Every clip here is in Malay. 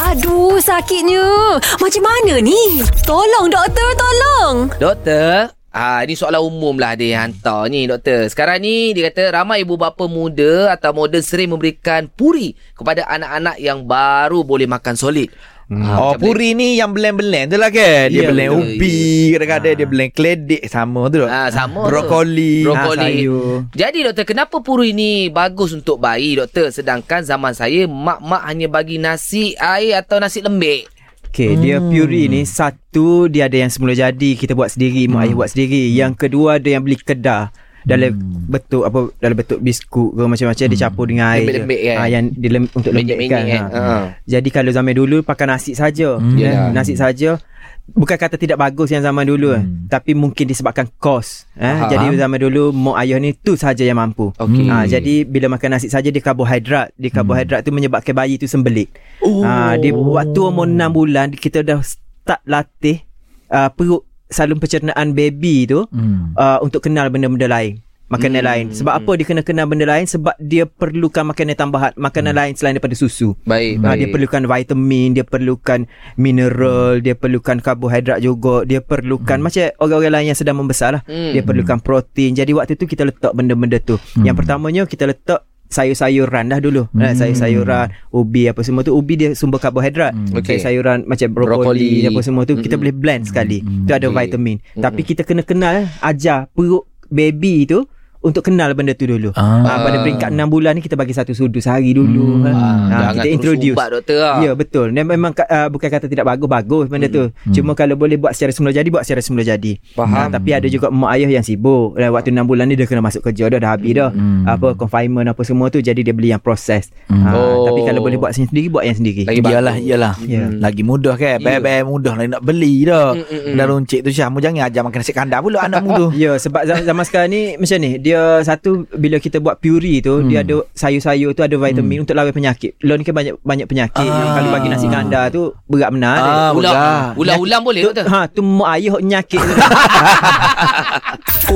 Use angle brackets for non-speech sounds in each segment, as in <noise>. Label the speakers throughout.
Speaker 1: Aduh, sakitnya. Macam mana ni? Tolong, doktor, tolong.
Speaker 2: Doktor, Ah, ini soalan umum lah dia yang hantar ni doktor. Sekarang ni dia kata ramai ibu bapa muda atau moden sering memberikan puri kepada anak-anak yang baru boleh makan solid. Ha,
Speaker 3: Hmm. Oh,
Speaker 2: Ah, macam
Speaker 3: puri ni yang blend-blend tu lah kan.
Speaker 2: Ya,
Speaker 3: Dia blend
Speaker 2: betul,
Speaker 3: ubi, kadang-kadang
Speaker 2: Ha.
Speaker 3: dia blend keledek sama tu.
Speaker 2: Ah, sama tu.
Speaker 3: Brokoli.
Speaker 2: Brokoli.
Speaker 3: Ha, sayur.
Speaker 2: Jadi doktor, kenapa puri ni bagus untuk bayi doktor? Sedangkan zaman saya mak-mak hanya bagi nasi air atau nasi lembik.
Speaker 4: Okay, hmm. dia puri ni satu dia ada yang semula jadi kita buat sendiri, mak ayah buat sendiri. Yang kedua ada yang beli kedai dalam hmm. bentuk apa dalam bentuk biskut ke macam-macam hmm. dicampur dengan air. je.
Speaker 2: Lembik-lembik kan?
Speaker 4: Ah yang dilem, untuk
Speaker 2: Lembik-lembik
Speaker 4: lembikkan.
Speaker 2: kan?
Speaker 4: Kan? Ha. Jadi kalau zaman dulu pakai nasi saja. Hmm.
Speaker 2: Yalah.
Speaker 4: Nasi saja. Bukan kata tidak bagus yang zaman dulu hmm. tapi mungkin disebabkan kos. Eh?
Speaker 2: Faham.
Speaker 4: Jadi zaman dulu mak ayah ni tu saja yang mampu.
Speaker 2: Okey. Hmm.
Speaker 4: Ah, jadi bila makan nasi saja dia karbohidrat. Dia karbohidrat tu menyebabkan bayi tu sembelit.
Speaker 2: Oh.
Speaker 4: Ah, dia waktu umur 6 bulan kita dah start latih uh, perut salon pencernaan baby tu
Speaker 3: Hmm.
Speaker 4: uh, untuk kenal benda-benda lain. Makanan
Speaker 2: Hmm.
Speaker 4: lain. Sebab apa dia kena kenal benda lain? Sebab dia perlukan makanan tambahan,
Speaker 2: Hmm.
Speaker 4: makanan lain selain daripada susu.
Speaker 2: Baik, baik.
Speaker 4: Ha, dia perlukan vitamin, dia perlukan mineral, dia perlukan karbohidrat juga, dia perlukan macam orang-orang lain yang sedang membesar lah.
Speaker 2: Hmm.
Speaker 4: Dia perlukan protein. Jadi waktu tu kita letak benda-benda tu. Yang pertamanya kita letak sayur-sayuran dah dulu. Hmm. sayur-sayuran, ubi apa semua tu. Ubi dia sumber karbohidrat.
Speaker 3: Hmm.
Speaker 2: Okey.
Speaker 4: Sayur-sayuran macam brokoli,
Speaker 2: Brokoli. Hmm.
Speaker 4: apa semua tu kita
Speaker 2: Mm-mm.
Speaker 4: boleh blend sekali.
Speaker 3: Mm-mm.
Speaker 4: Tu ada
Speaker 2: Okey.
Speaker 4: vitamin.
Speaker 2: Hmm.
Speaker 4: Tapi kita kena kenal eh, ajar perut baby tu untuk kenal benda tu dulu.
Speaker 3: Ah.
Speaker 4: Ah, pada peringkat 6 bulan ni kita bagi satu sudu sehari dulu.
Speaker 2: Ah,
Speaker 3: Hmm.
Speaker 4: Ha. Ha,
Speaker 2: jangan
Speaker 4: kita
Speaker 2: terus
Speaker 4: introduce.
Speaker 2: ubat, doktor lah.
Speaker 4: Ya betul. Dan memang ka- uh, bukan kata tidak bagus bagus benda tu. Cuma kalau boleh buat secara semula jadi buat secara semula jadi.
Speaker 2: Hmm.
Speaker 4: Ah,
Speaker 2: Faham.
Speaker 4: tapi ada juga mak ayah yang sibuk. Dan waktu 6 bulan ni dia kena masuk kerja dah dah habis dah.
Speaker 3: Hmm.
Speaker 4: Apa confinement apa semua tu jadi dia beli yang proses.
Speaker 3: Hmm.
Speaker 4: Ha,
Speaker 2: Oh.
Speaker 4: tapi kalau boleh buat sendiri buat yang sendiri.
Speaker 2: Lagi bagus. Hmm.
Speaker 3: Iyalah, iyalah.
Speaker 4: Ya.
Speaker 3: Lagi mudah
Speaker 2: Ya.
Speaker 3: kan. Bayar-bayar mudah lagi nak beli dah.
Speaker 2: Mm, mm, mm.
Speaker 3: Dah runcit tu Syah, mu jangan ajar makan nasi kandar pula anakmu
Speaker 2: <laughs>
Speaker 3: tu.
Speaker 4: Ya sebab za- zaman sekarang ni Macam ni Dia satu Bila kita buat puri tu
Speaker 3: Hmm.
Speaker 4: Dia ada sayur-sayur tu Ada vitamin Untuk lawan penyakit Lo ni kan banyak Banyak penyakit
Speaker 3: Ah.
Speaker 4: Kalau bagi nasi kandar tu Berat benar dia.
Speaker 3: Ah,
Speaker 2: Ulang.
Speaker 3: ulang.
Speaker 2: Ulang-ulang boleh
Speaker 4: tu,
Speaker 2: doktor?
Speaker 4: Ha, tu mak ayah penyakit tu.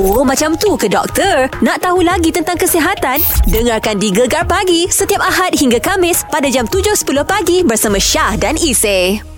Speaker 1: Oh, macam tu ke doktor? Nak tahu lagi tentang kesihatan? Dengarkan di Gegar Pagi setiap Ahad hingga Kamis pada jam 7.10 pagi bersama Syah dan Isay.